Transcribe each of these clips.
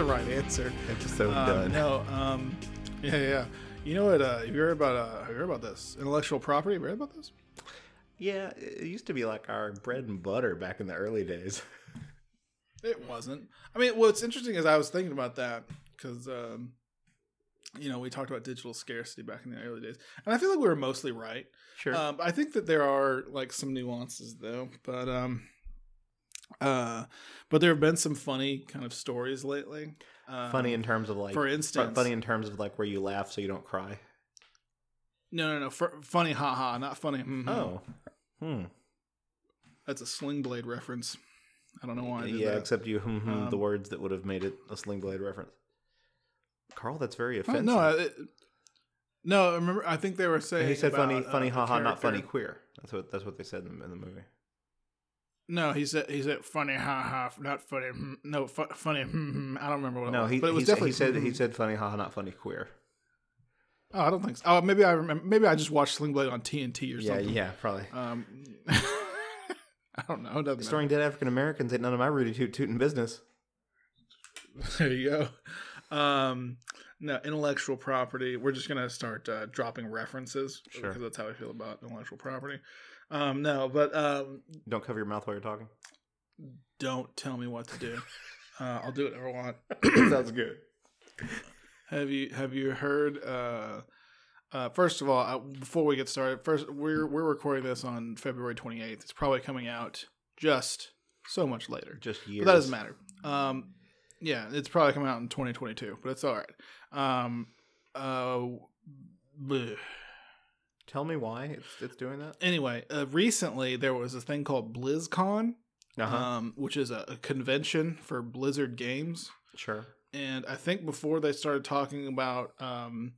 Um, answer. Episode Um, done. No, um, yeah, yeah. You know what? Uh, have you heard about? Uh, have you heard about this intellectual property? Have you heard about this? Yeah, it used to be like our bread and butter back in the early days. It wasn't. I mean, what's interesting is I was thinking about that because, um, you know, we talked about digital scarcity back in the early days, and I feel like we were mostly right. Sure. Um, I think that there are like some nuances though, but um, uh, but there have been some funny kind of stories lately. Uh, funny in terms of like for fu- instance, funny in terms of like where you laugh so you don't cry. No, no, no. For, funny, haha, not funny. mhm. Oh. Hmm. that's a sling blade reference. I don't know why. I did Yeah, that. except you hmm hmm the Um, words that would have made it a sling blade reference. Carl, that's very Oh, offensive. no, I, it, no. I Remember, I think they were saying he said about, funny, uh, funny, a haha, not character- funny, queer. That's what that's what they said in the, in the movie. No, he said he said funny, haha, not funny. hmm, No, fu- funny. hmm, hmm. I don't remember what. No, it was, he but it was he, said- definitely he said hmm, he hmm. said funny, haha, not funny, queer. Oh, I don't think so. Oh, maybe I remember. Maybe I just watched Sling Blade on TNT or Yeah, something. yeah, probably. Um, I don't know. It doesn't Storing dead African Americans ain't none of my rooty toot tootin' business. matter. There you go. Um, no, intellectual property. We're just gonna start uh, dropping references Sure. because that's how I feel about intellectual property. Um, no, but um, Don't cover your mouth while you're talking. don't tell me what to do. uh, I'll do whatever I want. Sounds good. Have you have you heard? Uh, uh, first of all, uh, before we get started, first we're we're recording this on February 28th. It's probably coming out just so much later. Just But years. that doesn't matter. Um, yeah, it's probably coming out in 2022, but it's all right. Um, uh, bleh. Tell me why it's it's doing that. anyway, uh, recently there was a thing called BlizzCon, Uh-huh. um, which is a, a convention for Blizzard games. sure. and I think before they started talking about um,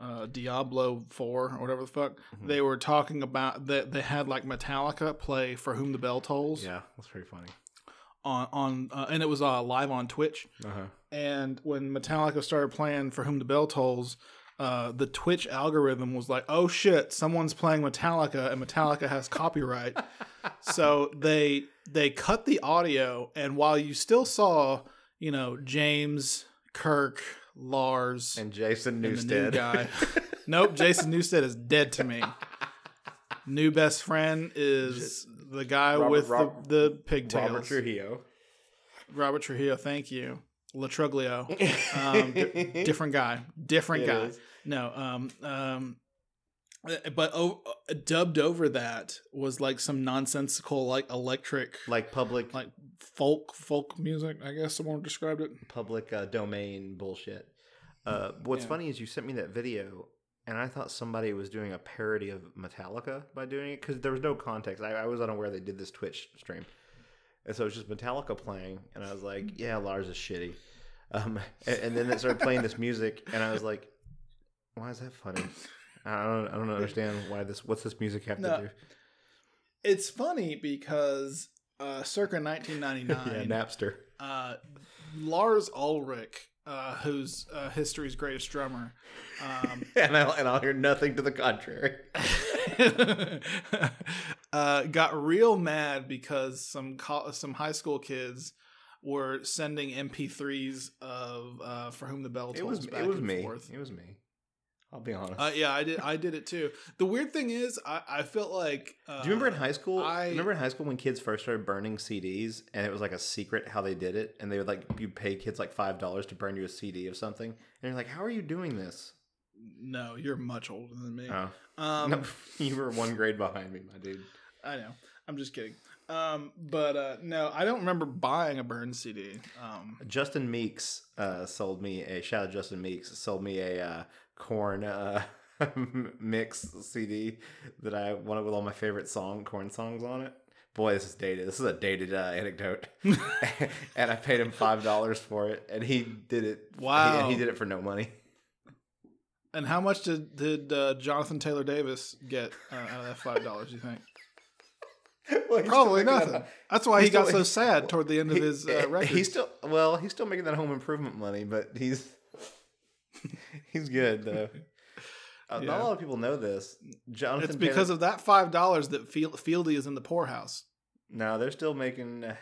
uh, Diablo Four or whatever the fuck, Mhm. they were talking about that they had like Metallica play "For Whom the Bell Tolls" Yeah, that's pretty funny. on on uh, and it was uh, live on Twitch. Uh-huh. And when Metallica started playing "For Whom the Bell Tolls," uh, the Twitch algorithm was like, "Oh shit, someone's playing Metallica, and Metallica has copyright." so they they cut the audio and while you still saw you know james kirk lars And Jason and the new Newstead. guy nope jason newstead is dead to me new best friend is the guy Robert- with Rob- the, the pigtails Robert Trujillo. Robert Trujillo, thank you latruglio um, di- different guy different It guy is. no, um, um, uh, but o- uh, dubbed over that was like some nonsensical, like electric, Like public like folk folk music. I guess someone described it. public uh, domain bullshit. Uh, what's Yeah. funny is you sent me that video, and I thought somebody was doing a parody of Metallica by doing it because there was no context. I, I was unaware they did this Twitch stream, and so it was just Metallica playing, and I was like, Mm-hmm. "Yeah, Lars is shitty." Um, and, and then it started playing this music, and I was like, "Why is that funny?" I don't, I don't understand why this. What's this music have No, to do? It's funny because uh, circa 1999, Yeah, Napster. uh, Lars Ulrich, uh, who's uh, history's greatest drummer, um, And I'll, and I'll hear nothing to the contrary. uh, got real mad because some co- some high school kids were sending MP3s of uh, "For Whom the Bell Tolls." It was, back it was and me. Forth. It was me. I'll be honest. Uh, yeah, I did. I did it too. The weird thing is, I, I felt like. Uh, Do you remember in high school? I- remember in high school when kids first started burning CDs, and it was like a secret how they did it, and they would like you pay kids like five dollars to burn you a CD of something, and you're like, "How are you doing this?" No, you're much older than me. Oh. um, No, you were one grade behind me, my dude. I know. I'm just kidding. Um, but uh, no, I don't remember buying a burn CD. Um, Justin Meeks uh, sold me a shout out. to Justin Meeks sold me a uh, corn uh, mix CD that I wanted with all my favorite song corn songs on it. Boy, this is dated. This is a dated uh, anecdote. and I paid him five dollars for it, and he did it. Wow. he, he did it for no money. and how much did did uh, Jonathan Taylor Davis get uh, out of that five dollars? You think? Well, he's still Probably making that- nothing. That's why he He's got so still- sad toward the end of He- eh, his uh, record. He's still well. He's still making that home improvement money, but he's he's good though. Uh, Not Yeah. a lot of people know this. Jonathan. it's Taylor- because of that five dollars that Fiel- Fieldy is in the poorhouse. No, they're still making uh,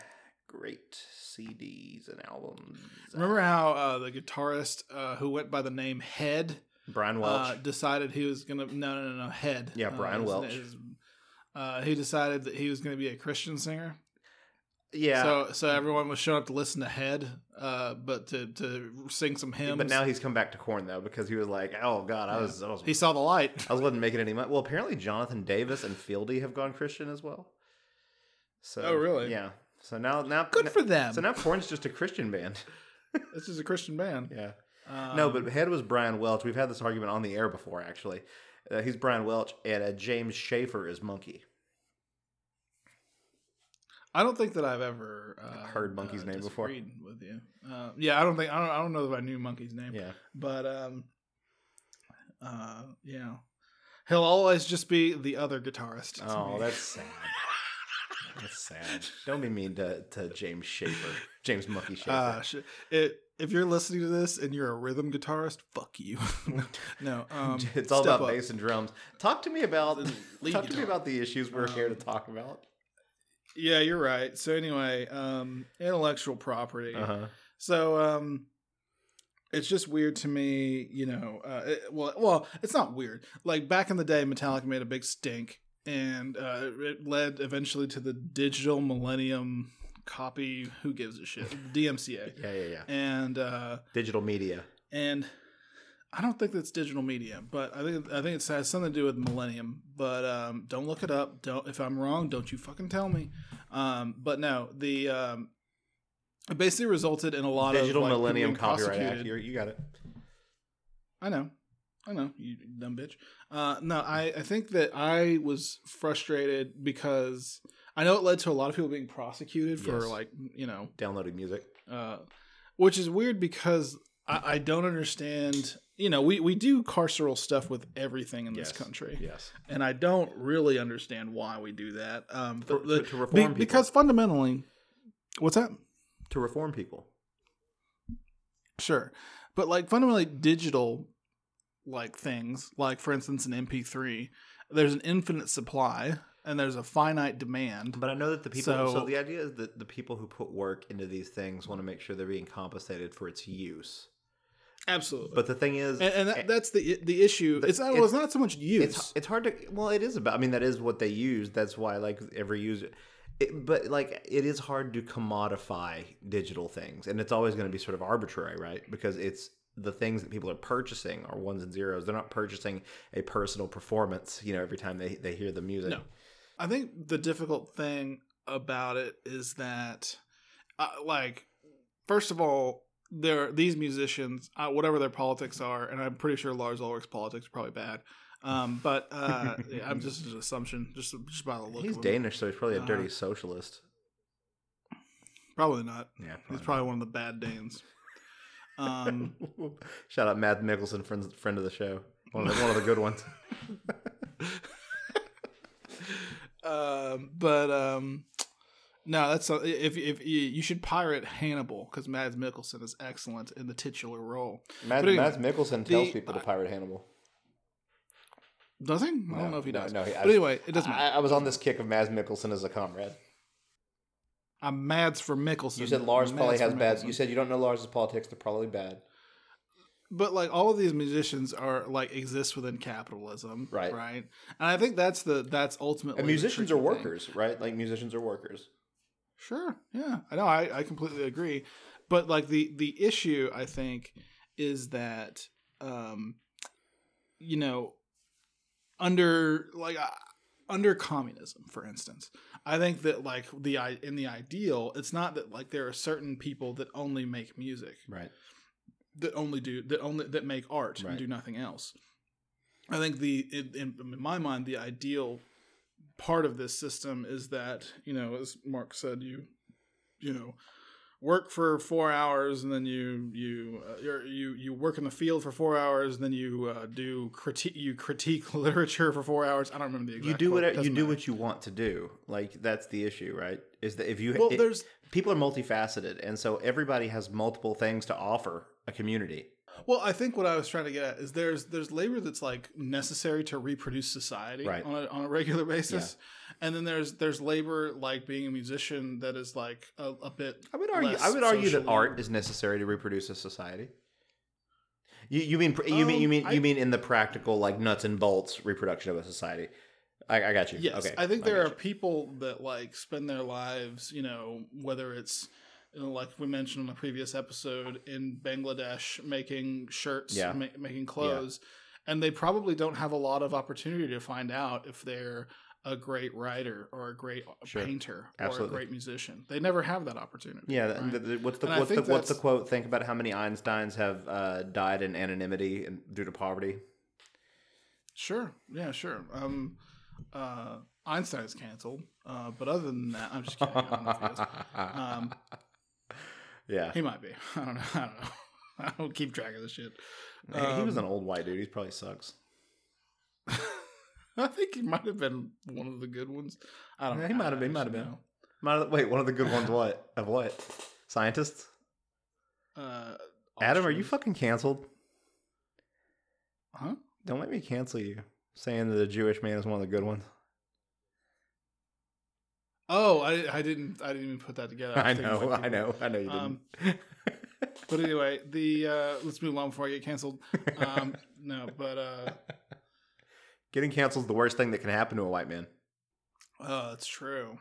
great CDs and albums. Remember how uh, the guitarist uh, who went by the name Head Brian Welch? uh, decided he was gonna no no no no Head Yeah, Uh, Brian his- Welch. his- uh, he decided that he was gonna be a Christian singer. yeah. So so everyone was showing up to listen to Head, uh, but to to sing some hymns. but now he's come back to corn though because he was like, "Oh God, I Yeah. was, I was, he saw the light. I wasn't making any money." Well, apparently Jonathan Davis and Fieldy have gone Christian as well. So, Oh, really? Yeah. So now, now, Good for them. so now corn's just a Christian band. this is a Christian band. Yeah. Um, No, but head was Brian Welch. We've had this argument on the air before, actually. Uh, he's Brian Welch, and uh, James Schaefer is Monkey. I don't think that I've ever uh, heard Monkey's uh, name before. disagreed With you, uh, yeah, I don't think I don't I don't know that I knew Monkey's name, Yeah, but um, uh, yeah, he'll always just be the other guitarist. to Oh, me. that's sad. That's sad. Don't be mean to, to James Schaefer, James Monkey Schaefer. Uh, sh- it, if you're listening to this and you're a rhythm guitarist, fuck you. no, um, it's all step about up. bass and drums. Talk to me about talk lead to me guitar. about the issues we're here to Um, talk about. Yeah, you're right. So anyway, um, intellectual property. Uh-huh. So um it's just weird to me, you know, uh it, well well, it's not weird. Like back in the day Metallica made a big stink and uh it- it led eventually to the digital millennium copy who gives a shit DMCA. Yeah, yeah, yeah. And uh Digital media. and I don't think that's digital media, but I think I think it has something to do with millennium. But um, don't look it up. Don't if I'm wrong, don't you fucking tell me. Um, but no, the um, it basically resulted in a lot Digital of like, people Millennium being Copyright Act. prosecuted. You're, you got it. I know. I know, you dumb bitch. Uh, no, I, I think that I was frustrated because I know it led to a lot of people being prosecuted for, Yes. like, you know, Downloading music. uh, which is weird because I, I don't understand. You know, we, we do carceral stuff with everything in Yes. this country, Yes. and I don't really understand why we do that. Um, For- the- the- to- to reform people. because fundamentally, what's that? To reform people. Sure, but like fundamentally, digital like things, like for instance, an MP3, there's an infinite supply and there's a finite demand. But I know that the people. So, So- the idea is that the people who put work into these things want to make sure they're being compensated for its use. Absolutely, But the thing is, and, and that, that's the the issue. The- it's not. well, it's not so much use. it's it's hard to. Well, it is about. I mean, that is what they use. That's why like every user. It, but like it is hard to commodify digital things, and it's always going to be sort of arbitrary, right? Because it's the things that people are purchasing are ones and zeros. They're not purchasing a personal performance, you know, every time they they hear the music. No. I think the difficult thing about it is that, uh, like, first of all, there these musicians, uh, whatever their politics are, and I'm pretty sure Lars Ulrich's politics are probably bad. Um, but uh, yeah, I'm just an assumption, just just by the look. He's of him. Danish, so he's probably a dirty Uh, socialist. Probably not. Yeah, He's probably one of the bad Danes. Um, Shout out Matt Mickelson, friend, friend of the show. One of the, one of the good ones. um, but um, no, that's a, if if you, you should pirate Hannibal because Mads Mikkelsen is excellent in the titular role. Matt, But anyway, Matt Mickelson tells the- people to pirate Hannibal. Does he? I No, don't know if he no, does. no, he- I but was- anyway, it doesn't matter. I, I was on this kick of Mads Mickelson as a comrade. I'm Mads for Mickelson. You said Lars I'm probably Mads has for bad. Mickelson. You said you don't know Lars's politics; they're probably bad. but like all of these musicians are like exist within capitalism, Right. Right, and I think that's the that's ultimately And the musicians are tricky thing. workers, right? Like musicians are workers. Sure, yeah, I know, I, I completely agree, but like the the issue I think is that um, you know, under like uh, under communism, for instance, I think that like the i- in the ideal, it's not that like there are certain people that only make music, Right. that only do that only that make art Right. and do nothing else. I think the in, in in my mind the ideal part of this system is that you know as Mark said you you know work for four hours and then you you uh, you're, you you work in the field for four hours and then you uh, do critique you critique literature for four hours. I don't remember the exact You do quote. what you Doesn't do matter. what you want to do. Like that's the issue, right? Is that if you well it- there's people are multifaceted, and so everybody has multiple things to offer a community. Well, I think what I was trying to get at is there's there's labor that's like necessary to reproduce society Right. on a, on a regular basis, and then there's there's labor like being a musician that is like a, a bit. I would argue. less I would argue that socially- art is necessary to reproduce a society. You, you mean pr- you mean you Um, mean I- you mean in the practical like nuts and bolts reproduction of a society? I, I got you. Yes, okay. I think there got are you. people that like spend their lives, you know, whether it's you know, like we mentioned on a previous episode in Bangladesh making shirts, Yeah. ma- making clothes, and they probably don't have a lot of opportunity to find out if they're a great writer or a great Sure. painter or Absolutely. a great musician. They never have that opportunity. Yeah. th- right? th- th- what's the And I what's the think what's the that's- quote? Think about how many Einsteins have uh, died in anonymity and due to poverty. Sure. Yeah, sure. Um, uh, Einstein's canceled, uh, but other than that, I'm just kidding. I don't know if he is. Um, yeah. He might be. I don't know. I don't know. I don't keep track of this shit. Hey, he was um, an old white dude. He probably sucks. I think he might have been one of the good ones. I don't Yeah, know. he I might have don't been, might have actually been. Might have- wait, one of the good ones. What of what? Scientists. know. Uh, Adam, are you Austrians. fucking canceled? Huh? Don't let me cancel you saying that a Jewish man is one of the good ones. Oh, I, I didn't. I didn't even put that together. was I thinking know, white I people. know, I know you didn't. Um, But anyway, the uh, let's move on before I get canceled. Um, no, but uh, Getting canceled is the worst thing that can happen to a white man. oh, it's true.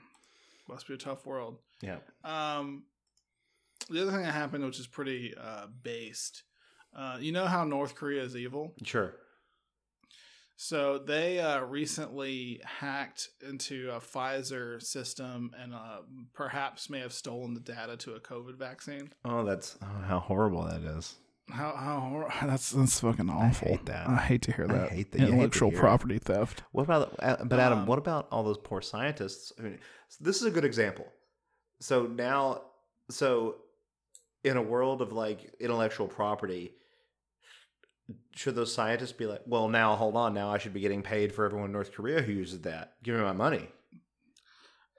Must be a tough world. Yeah. Um, the other thing that happened, which is pretty uh, based, uh, you know how North Korea is evil. Sure. So they uh, recently hacked into a Pfizer system and uh, perhaps may have stolen the data to a COVID vaccine. Oh, that's oh, how horrible that is. How how hor- that's that's fucking awful. hate that. hate to hear I that. hate that. You hate to Intellectual hear it. property theft. What about, uh, but Adam, Um, what about all those poor scientists? I mean, so this is a good example. So now, so in a world of like intellectual property, should those scientists be like, well, now hold on, now I should be getting paid for everyone in North Korea who uses that? Give me my money.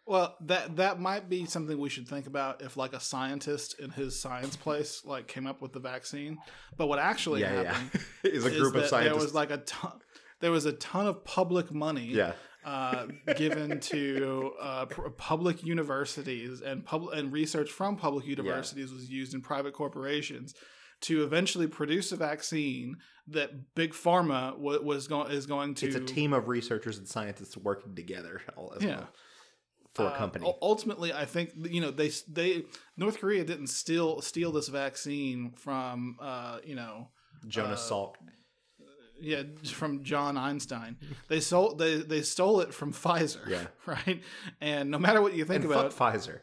Well, that that might be something we should think about if like a scientist in his science place like came up with the vaccine. But what actually yeah, happened yeah. is a is group of that scientists. there was like a ton there was a ton of public money yeah, uh, given to uh, pr- public universities and public and research from public universities was used in private corporations to eventually produce a vaccine that big pharma wa was going is going to it's a team of researchers and scientists working together. All as Yeah. well for a Uh, company. ul- ultimately, I think you know they they North Korea didn't steal steal this vaccine from uh, you know Jonas uh, Salk. yeah from John Einstein. They sold they they stole it from Pfizer. Yeah. right. And no matter what you think And about it, fuck Pfizer.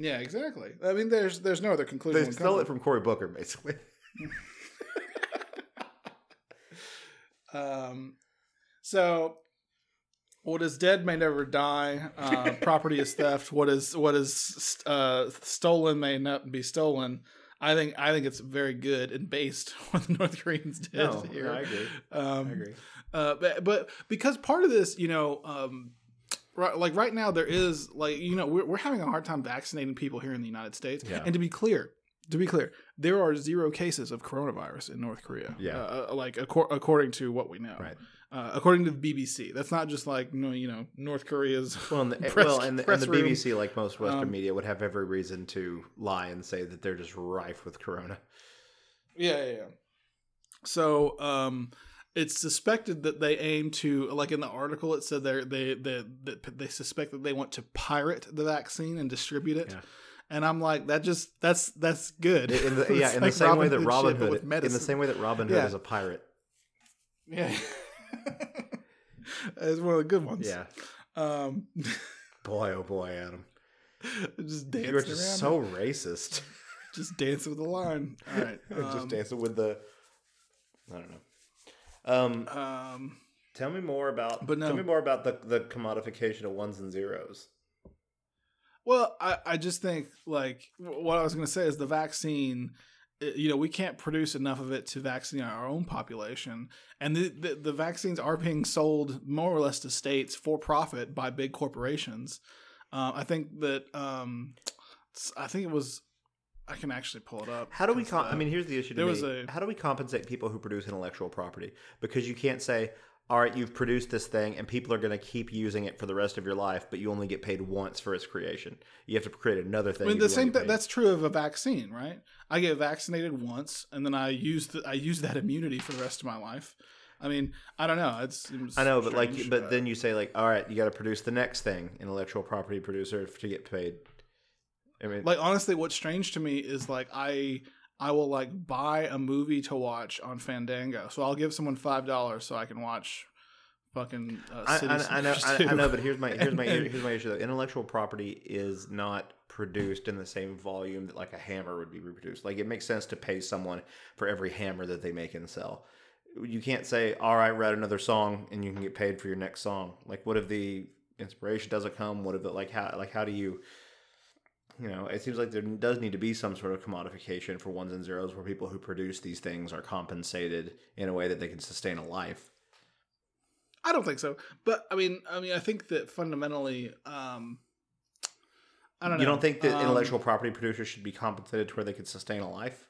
Yeah, exactly. I mean, there's there's no other conclusion. They stole it from Cory Booker, basically. Um, so, what is dead may never die. Uh, property is theft. What is what is uh, stolen may not be stolen. I think I think it's very good and based what the North Koreans did No, here. no, I agree. um, I agree. Uh, but, but because part of this, you know, um, right, like right now there is like you know we're, we're having a hard time vaccinating people here in the United States. Yeah. And to be clear, to be clear, there are zero cases of coronavirus in North Korea. Yeah. uh, like acor- according to what we know. Right. Uh, according to the BBC, that's not just like no, you know, North Korea's. Well, and the, Press- well, and the, press and the room. BBC, like most Western Um, media, would have every reason to lie and say that they're just rife with corona. Yeah, yeah, yeah. So, um, it's suspected that they aim to, like in the article, it said they they they that they suspect that they want to pirate the vaccine and distribute it. Yeah. And I'm like, that just that's that's good. In the, It's yeah, in the like same way that Hood Robin shit, but Hood, with in the medicine. same way that Robin Hood Yeah. is a pirate. yeah, it's one of the good ones. Yeah, um, boy, oh boy, Adam, just dancing you are around, just so racist. just dancing with the line. All right, um, just dancing with the, I don't know. Um, um, tell me more about. But no. tell me more about the the commodification of ones and zeros. Well, I, I just think like wh- what I was going to say is the vaccine. uh, You know, we can't produce enough of it to vaccinate our own population, and the, the the vaccines are being sold more or less to states for profit by big corporations. Uh, I think that um, s- I think it was I can actually pull it up. How do we? 'cause, Com- uh, I mean, here's the issue. To there me. was a- How do we compensate people who produce intellectual property? Because you can't say, "All right, you've produced this thing, and people are going to keep using it for the rest of your life," but you only get paid once for its creation. You have to create another I thing. mean, you the only same get thing. paid. That's true of a vaccine, right? I get vaccinated once, and then I use the, I use that immunity for the rest of my life. I mean, I don't know. It's, it's I know, but like, strange, uh, but then you say like, "All right, you got to produce the next thing, intellectual property producer, to get paid." I mean, like honestly, what's strange to me is like I I will like buy a movie to watch on Fandango, so I'll give someone five dollars so I can watch fucking uh, I, City I, I know, I, Slickers I know, 2. but here's my here's my And- here's my issue though. Intellectual property is not produced in the same volume that like a hammer would be reproduced. Like it makes sense to pay someone for every hammer that they make and sell. You can't say, "All right, write another song, and you can get paid for your next song." Like, what if the inspiration doesn't come? What if it like how like how do you? You know, it seems like there does need to be some sort of commodification for ones and zeros where people who produce these things are compensated in a way that they can sustain a life. I don't think so, but I mean, I mean, I think that fundamentally, um, I don't know. You don't think that Um, intellectual property producers should be compensated to where they could sustain a life?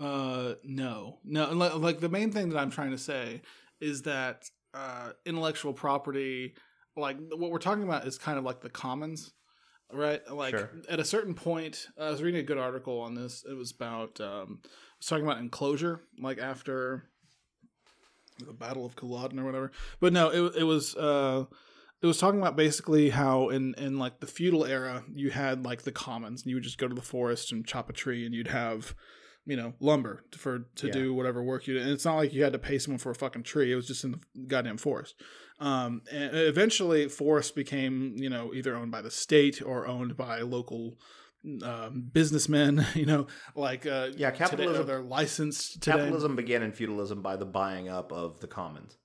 Uh, no, no. and Like, like the main thing that I'm trying to say is that uh, intellectual property, like what we're talking about, is kind of like the commons, right? Like Sure. at a certain point, uh, I was reading a good article on this. It was about um, it was talking about enclosure, like after the Battle of Culloden or whatever. But no, it it was. Uh, it was talking about basically how in, in like the feudal era you had like the commons and you would just go to the forest and chop a tree and you'd have you know lumber for to Yeah. do whatever work you did and it's not like you had to pay someone for a fucking tree it was just in the goddamn forest um, and eventually forests became you know either owned by the state or owned by local um, businessmen you know like uh, today- Yeah, or capitalism- they're licensed today. Capitalism began in feudalism by the buying up of the commons.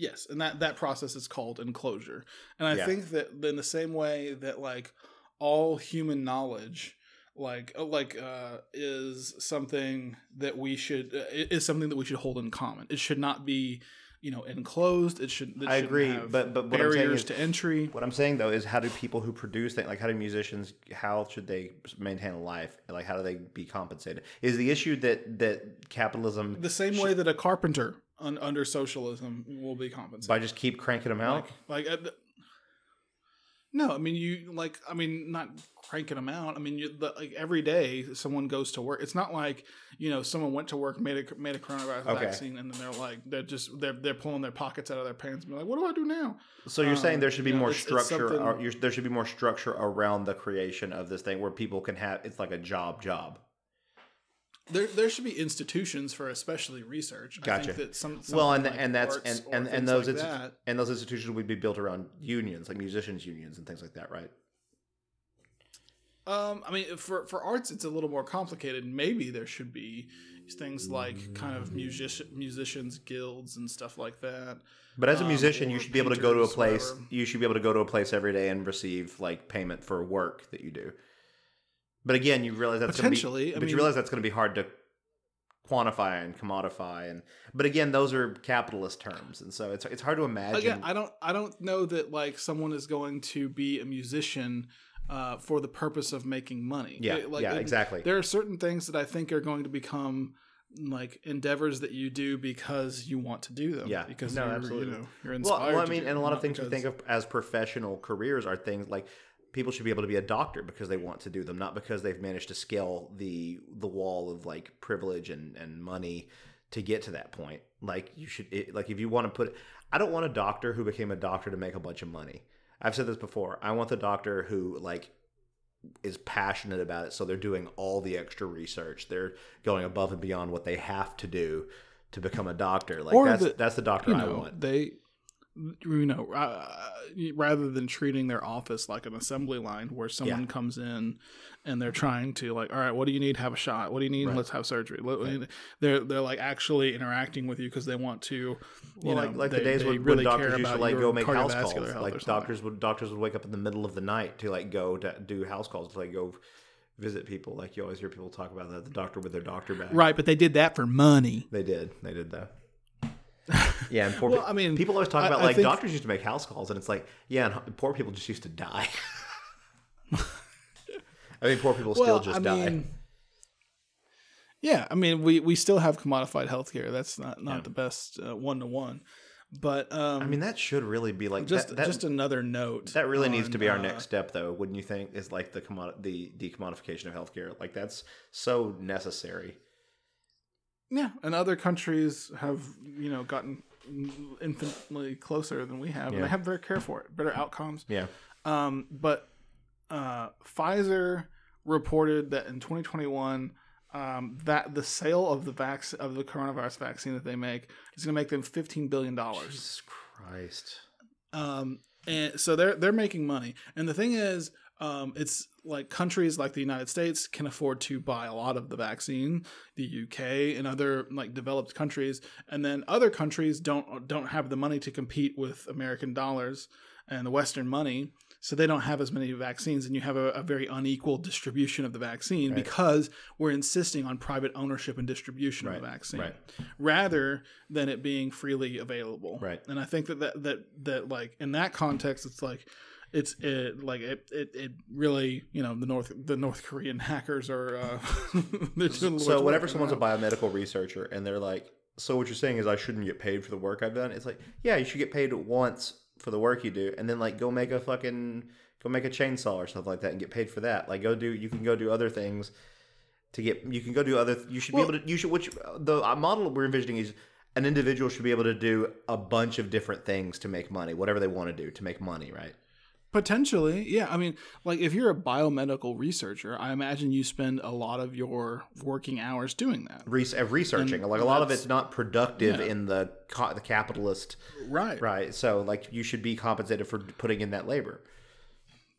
Yes, and that that process is called enclosure. And I Yeah. think that in the same way that like all human knowledge like like uh is something that we should uh, is something that we should hold in common. It should not be, you know, enclosed. It should it I shouldn't agree, have but- but what I'm saying barriers is- to entry. What I'm saying though is, how do people who produce things, like how do musicians, how should they maintain a life? Like how do they be compensated? Is the issue that that capitalism The same way that a carpenter un, under socialism will be compensated. by just keep cranking them out? Like, uh, th- no, I mean you like I mean not cranking them out. I mean you the, like every day someone goes to work. It's not like you know someone went to work made a made a coronavirus Okay. vaccine and then they're like they're just they're they're pulling their pockets out of their pants and be like what do I do now? So you're saying there should be you know, more um, it's- it's structure. something- ar- you're, there should be more structure around the creation of this thing where people can have. It's like a job, job. There there should be institutions for especially research. I Gotcha. think that some, well something and like and that's arts and or and, and things those like institu- that. and those institutions would be built around unions like musicians unions and things like that right Um, I mean, for for arts, it's a little more complicated. Maybe there should be things like kind of musician musicians guilds and stuff like that. but as a Um, musician you or should be able to go to a painters, place whatever. you should be able to go to a place every day and receive like payment for work that you do but again you realize that's Potentially, gonna I be, but mean- you realize that's going to be hard to quantify and commodify and but again those are capitalist terms and so it's it's hard to imagine Again, I don't I don't know that like someone is going to be a musician uh, for the purpose of making money. yeah It- like, yeah it- exactly There are certain things that I think are going to become like endeavors that you do because you want to do them. Yeah. because No, you're, absolutely. you know you're Well, inspired. well, I to mean, do and a them, lot of not things we because- think of as professional careers are things like people should be able to be a doctor because they want to do them, not because they've managed to scale the the wall of like privilege and and money to get to that point. Like you should, it, like if you want to put, I don't want a doctor who became a doctor to make a bunch of money. I've said this before. I want the doctor who like is passionate about it, so they're doing all the extra research. They're going above and beyond what they have to do to become a doctor. Like Or that's the- that's the doctor you I know want. they you know uh, rather than treating their office like an assembly line where someone Yeah. comes in and they're trying to like all right what do you need have a shot what do you need Right. let's have surgery Let- they're they're like actually interacting with you because they want to you Well, like, know, like they- the days they when, really when care doctors used to about like your go make house cardiovascular calls. health or Like something. doctors would doctors would wake up in the middle of the night to like go to do house calls to like go visit people. Like you always hear people talk about that the doctor with their doctor bag. right but they did that for money They did. They did though. Yeah, and poor Well, pe- I mean, people always talk I- about I like think- doctors used to make house calls, and it's like, yeah, and h- poor people just used to die. I mean, poor people still just die. yeah, I mean, we we still have commodified healthcare. That's not not the best one to one, but um, I mean, that should really be like just that, that, just another note that really needs on, to be our uh, next step, though, wouldn't you think? Is like the commod- the decommodification of healthcare. Like that's so necessary. Yeah, and other countries have you know gotten infinitely closer than we have, and Yeah. they have better care for it, better outcomes. Yeah. Um, but uh, Pfizer reported that in 2021 um, that the sale of the vac- of the coronavirus vaccine that they make is going to make them 15 billion dollars. Jesus Christ. Um, and so they're they're making money. And the thing is, um, it's like countries like the United States can afford to buy a lot of the vaccine, the UK and other like developed countries, and then other countries don't don't have the money to compete with American dollars and the Western money. So they don't have as many vaccines, and you have a, a very unequal distribution of the vaccine because we're insisting on private ownership and distribution of the vaccine right. rather than it being freely available. Right. And I think that that that, that like in that context, it's like it's it, like it, it it really you know the North the North Korean hackers are uh, they're doing the So Lord's whenever work. someone's a biomedical researcher and they're like, "So what you're saying is I shouldn't get paid for the work I've done?" It's like, yeah, you should get paid once for the work you do, and then like go make a fucking go make a chainsaw or something like that and get paid for that. Like go do you can go do other things to get you can go do other you should be able to you should which the uh, model we're envisioning is an individual should be able to do a bunch of different things to make money, whatever they want to do to make money, right? potentially yeah I mean like if you're a biomedical researcher, I imagine you spend a lot of your working hours doing that. Res- uh, researching like a lot of that's- it's not productive in the co- the capitalist Right. Right. So like you should be compensated for putting in that labor.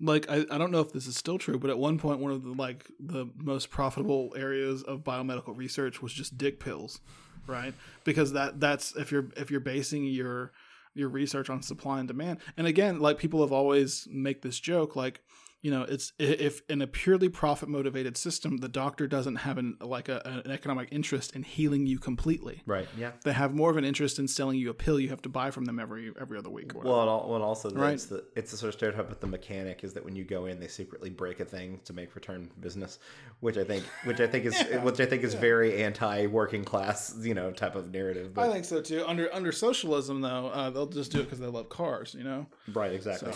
like I, I don't know if this is still true but at one point one of the like the most profitable areas of biomedical research was just dick pills right because that that's if you're if you're basing your your research on supply and demand and again like people have always make this joke like you know it's i- if in a purely profit motivated system the doctor doesn't have an like a, an economic interest in healing you completely Right. Yeah. they have more of an interest in selling you a pill you have to buy from them every every other week or whatever. Well, and al- well, also Right. it's the it's the sort of stereotype with the mechanic is that when you go in, they secretly break a thing to make return business, which I think which I think is which I think is very anti working class you know type of narrative. But I think so too. Under under socialism, though, uh, they'll just do it because they love cars, you know. right, exactly,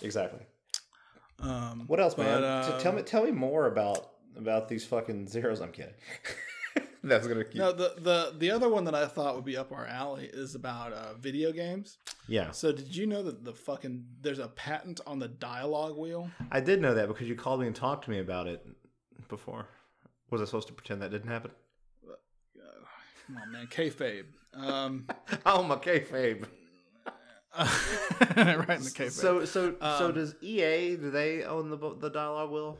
exactly. Um, What else, man? But, T- tell me tell me more about about these fucking zeros. I'm kidding. That's gonna keep. no, the the the other one that I thought would be up our alley is about uh, video games. Yeah, So did you know that the fucking there's a patent on the dialogue wheel? I did know that because you called me and talked to me about it before. Was I supposed to pretend that didn't happen? Come on, man, kayfabe. Um, Oh my kayfabe. right in the kayfabe. So so so Um, does EA? Do they own the bo- the dialogue wheel?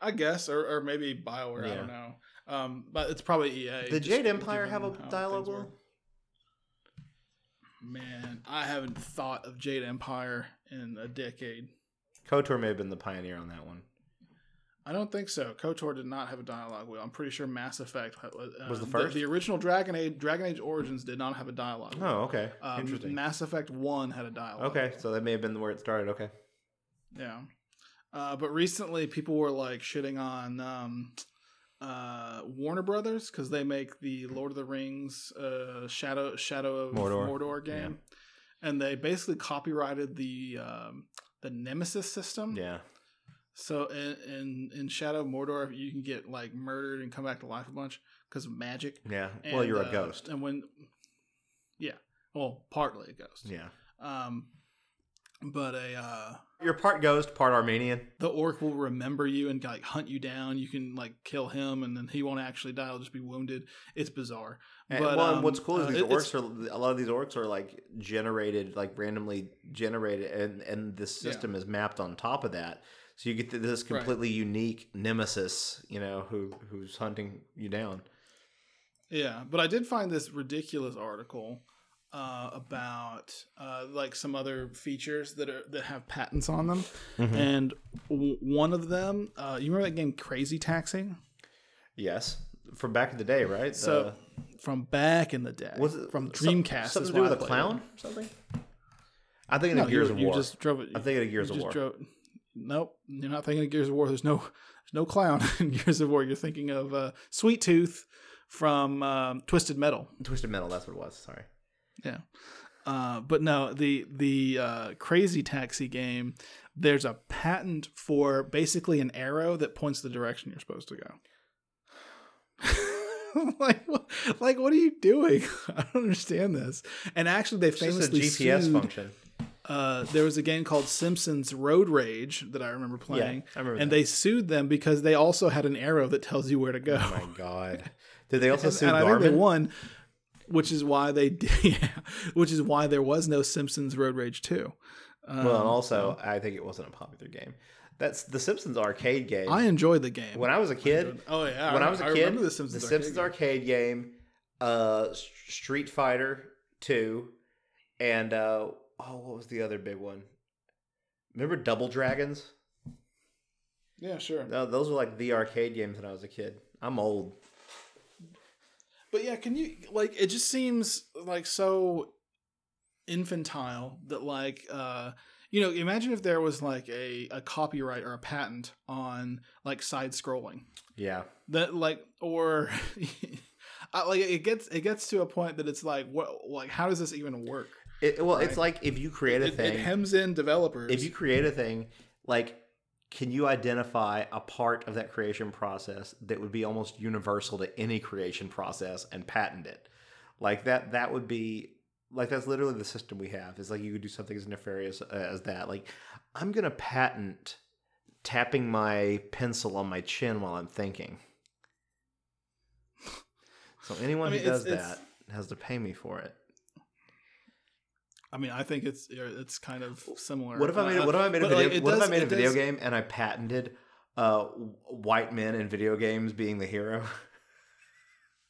I guess, or, or maybe Bioware. I Yeah. don't know. Um, but it's probably EA. just Did Jade Empire given have a how dialogue things wheel? work. Man, I haven't thought of Jade Empire in a decade. Kotor may have been the pioneer on that one. I don't think so. Kotor did not have a dialogue wheel. I'm pretty sure Mass Effect uh, Was the the- first? The, original Dragon Age Dragon Age Origins did not have a dialogue. wheel. Oh, okay, Um, interesting. Mass Effect One had a dialogue. okay, so that may have been where it started. Okay, Yeah. Uh, but recently, people were like shitting on um, uh, Warner Brothers because they make the Lord of the Rings uh, Shadow Shadow of Mordor. Mordor, game, and they basically copyrighted the um, the Nemesis system. yeah, So in, in in Shadow of Mordor, you can get like murdered and come back to life a bunch because of magic. yeah. well, And, you're a uh, ghost. and when yeah, well, partly a ghost. Yeah, Um, but a uh, you're part ghost, part Armenian. the orc will remember you and like hunt you down. You can like kill him, and then he won't actually die. He'll just be wounded. It's bizarre. And, well, and um, what's cool is uh, these it- it's- orcs are a lot of these orcs are like generated, like randomly generated, and and this Yeah. system is mapped on top of that. So you get this completely unique nemesis, you know, who who's hunting you down. Yeah, but I did find this ridiculous article uh, about uh, like some other features that are that have patents on them, Mm-hmm. and w- one of them, uh, you remember that game Crazy Taxi? Yes, from back in the day, right? So from back in the day, The- Uh, was it from some- Dreamcast? Something is to do why with I a played it. clown or something? I think in No, the Gears you, of you War. just drove it. I'm thinking of Gears you of just War. Drove, Nope, you're not thinking of Gears of War. There's no there's no clown in Gears of War. You're thinking of uh, Sweet Tooth from um, Twisted Metal. Twisted Metal, that's what it was. Sorry. Yeah. Uh, but no, the the uh, Crazy Taxi game. There's a patent for basically an arrow that points the direction you're supposed to go. like, what, like what are you doing? I don't understand this. And actually, they It's just a famously GPS sued, function. Uh, there was a game called Simpsons Road Rage that I remember playing, I remember and that. they sued them because they also had an arrow that tells you where to go. Oh my god. Did they also and, sue and I think they Garmin? won, which is why they did, yeah, which is why there was no Simpsons Road Rage Two. Um, well, and also, I think it wasn't a popular game. That's the Simpsons arcade game. I enjoyed the game. when I was a kid, oh yeah, when I was a kid, remember the Simpsons. arcade game. arcade game, uh, S- Street Fighter Two, and uh, oh, what was the other big one? Remember Double Dragons? Yeah, sure. No, those were like the arcade games when I was a kid. I'm old. But yeah, can you like? It just seems like so infantile that like uh you know imagine if there was like a, a copyright or a patent on like side scrolling Yeah, that like or I, like it gets it gets to a point that it's like what like how does this even work it, well, it's like if you create a it, thing, it hems in developers if you create a thing, like can you identify a part of that creation process that would be almost universal to any creation process and patent it? Like that that would be like that's literally the system we have. Is like you could do something as nefarious uh, as that. Like I'm going to patent tapping my pencil on my chin while I'm thinking. So anyone I mean, who it's- does it's- that has to pay me for it. i mean i think it's it's kind of similar What if I made Uh, what if I made a but, like, video it what if I does- made a it video does- game and I patented uh, w- white men in video games being the hero?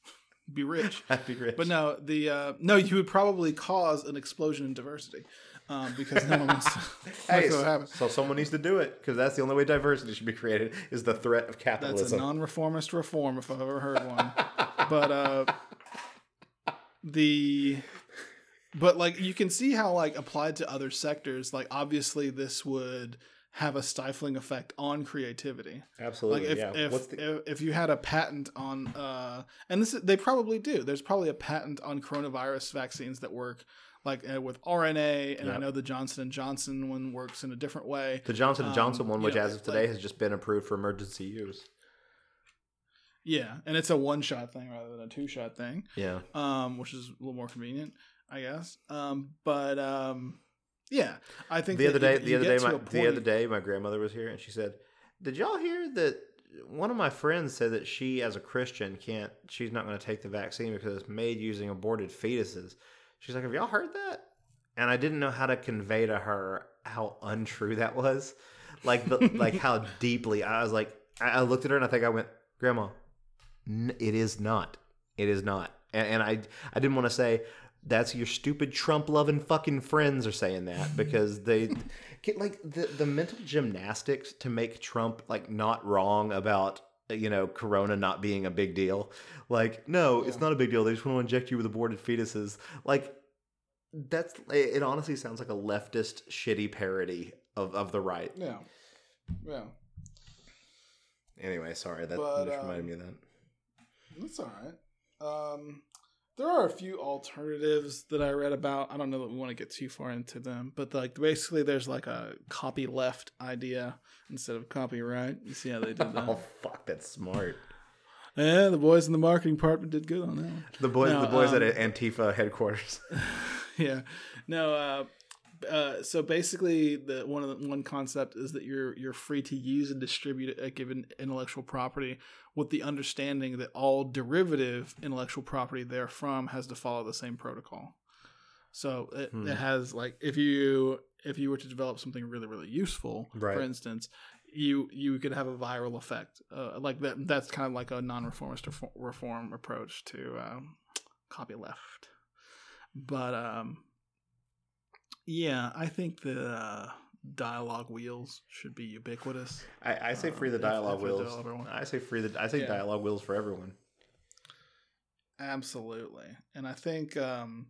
be rich That'd be rich. But no, the uh, no, you would probably cause an explosion in diversity um, because no one wants to. Hey, that's what so, happens. so someone needs to do it because that's the only way diversity should be created is the threat of That's capitalism. a non-reformist reform if I've ever heard one. but uh, the but like you can see how like applied to other sectors, like obviously this would have a stifling effect on creativity. Like Absolutely. if yeah. if, What's the, if if you had a patent on uh and this is, they probably do. There's probably a patent on coronavirus vaccines that work like uh, with RNA and I Yeah. know the Johnson and Johnson one works in a different way. the Johnson and Johnson one, you which know, as of it's today like- has just been approved for emergency use. Yeah, and it's a one-shot thing rather than a two-shot thing. Yeah. Um which is a little more convenient, I guess. Um but um yeah, I think The that other day, you- the you other get day, to my a the other point- day, my grandmother was here and she said, "Did y'all hear that?" One of my friends said that she, as a Christian, can't. She's not going to take the vaccine because it's made using aborted fetuses. She's like, "Have y'all heard that?" And I didn't know how to convey to her how untrue that was, like the, like how deeply I was like. I, I looked at her and I think I went, "Grandma, N- it is not. It is not. And, and I I didn't want to say that's your stupid Trump loving fucking friends are saying that because they get like the the mental gymnastics to make Trump like not wrong about you know corona not being a big deal. Like no, it's not a big deal. They just want to inject you with aborted fetuses. Like that's it honestly sounds like a leftist shitty parody of, of the right. Yeah. Yeah. Anyway, sorry that But, just um, reminded me of that. That's all right. Um, there are a few alternatives that I read about. I don't know that we want to get too far into them, but like basically, there's like a copy left idea instead of copyright. You see how they did Oh that? fuck, that's smart. yeah, the boys in the marketing department did good on that. one. The boys, No, the boys um, at Antifa headquarters. yeah, no. Uh, uh, so basically, the one of the, one concept is that you're you're free to use and distribute a given intellectual property with the understanding that all derivative intellectual property therefrom has to follow the same protocol. So it, Hmm. it has like if you if you were to develop something really really useful, Right. for instance, you you could have a viral effect. Uh, like that that's kind of like a non-reformist reform, reform approach to um, copy left. But um, yeah, I think the uh, dialogue wheels should be ubiquitous. I, I say free the if- if dialogue it's wheels. available. I say free the. I say Yeah. dialogue wheels for everyone. Absolutely. And I think um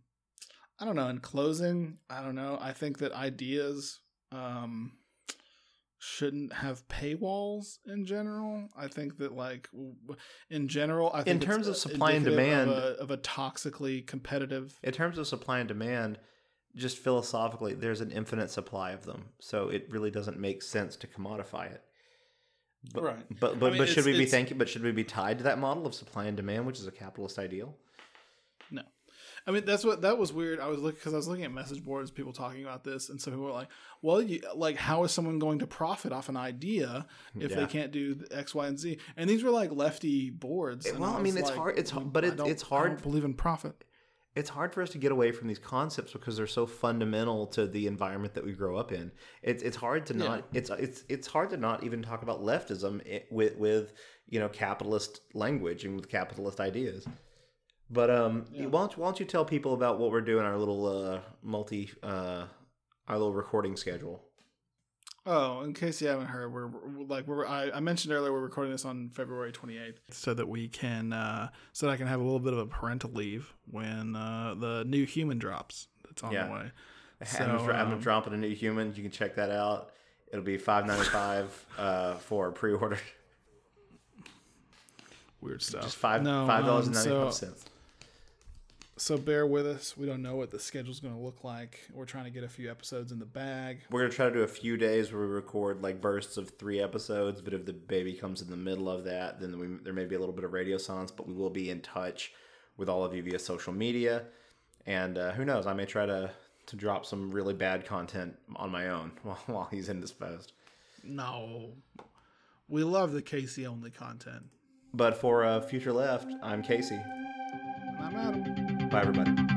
I don't know, in closing, I don't know. I think that ideas um shouldn't have paywalls in general. I think that like w- in general, I think In it's, terms of uh, supply and indicative demand- of a, of a toxically competitive. In terms of supply and demand, just philosophically, there's an infinite supply of them, so it really doesn't make sense to commodify it. But, Right. But but, mean, but should it's- we be it's- thinking? But should we be tied to that model of supply and demand, which is a capitalist ideal? I mean, that's what that was weird. I was looking because I was looking at message boards, people talking about this, and some people were like, "Well, you like how is someone going to profit off an idea if Yeah. they can't do the X, Y, and Z?" And these were like lefty boards. and well, I was mean, it's like, hard- it's hard- but I it- don't- it's I hard- don't believe in profit. it's hard for us to get away from these concepts because they're so fundamental to the environment that we grow up in. It's it's hard to not it's it's it's hard to not even talk about leftism i- with with you know capitalist language and with capitalist ideas. But um, why don't why don't you tell people about what we're doing our little uh, multi uh, our little recording schedule? Oh, in case you haven't heard, we're, we're- like we're I, I mentioned earlier we're recording this on February 28th so that we can uh so that I can have a little bit of a parental leave when uh the new human drops that's on Yeah. the way. I'm, So, dro- I'm um, dropping a new human. You can check that out. It'll be five ninety five uh, for pre order. Weird stuff. Just five No, five dollars um, and ninety five so, cents. so bear with us. We don't know what the schedule's going to look like. We're trying to get a few episodes in the bag. We're gonna try to do a few days where we record like bursts of three episodes, but if the baby comes in the middle of that, then we, there may be a little bit of radio silence. But we will be in touch with all of you via social media, and uh, who knows, I may try to to drop some really bad content on my own while, while he's in this post. No. We love the Casey only content. But for uh, future left, I'm Casey. And I'm Adam. Bye, everybody.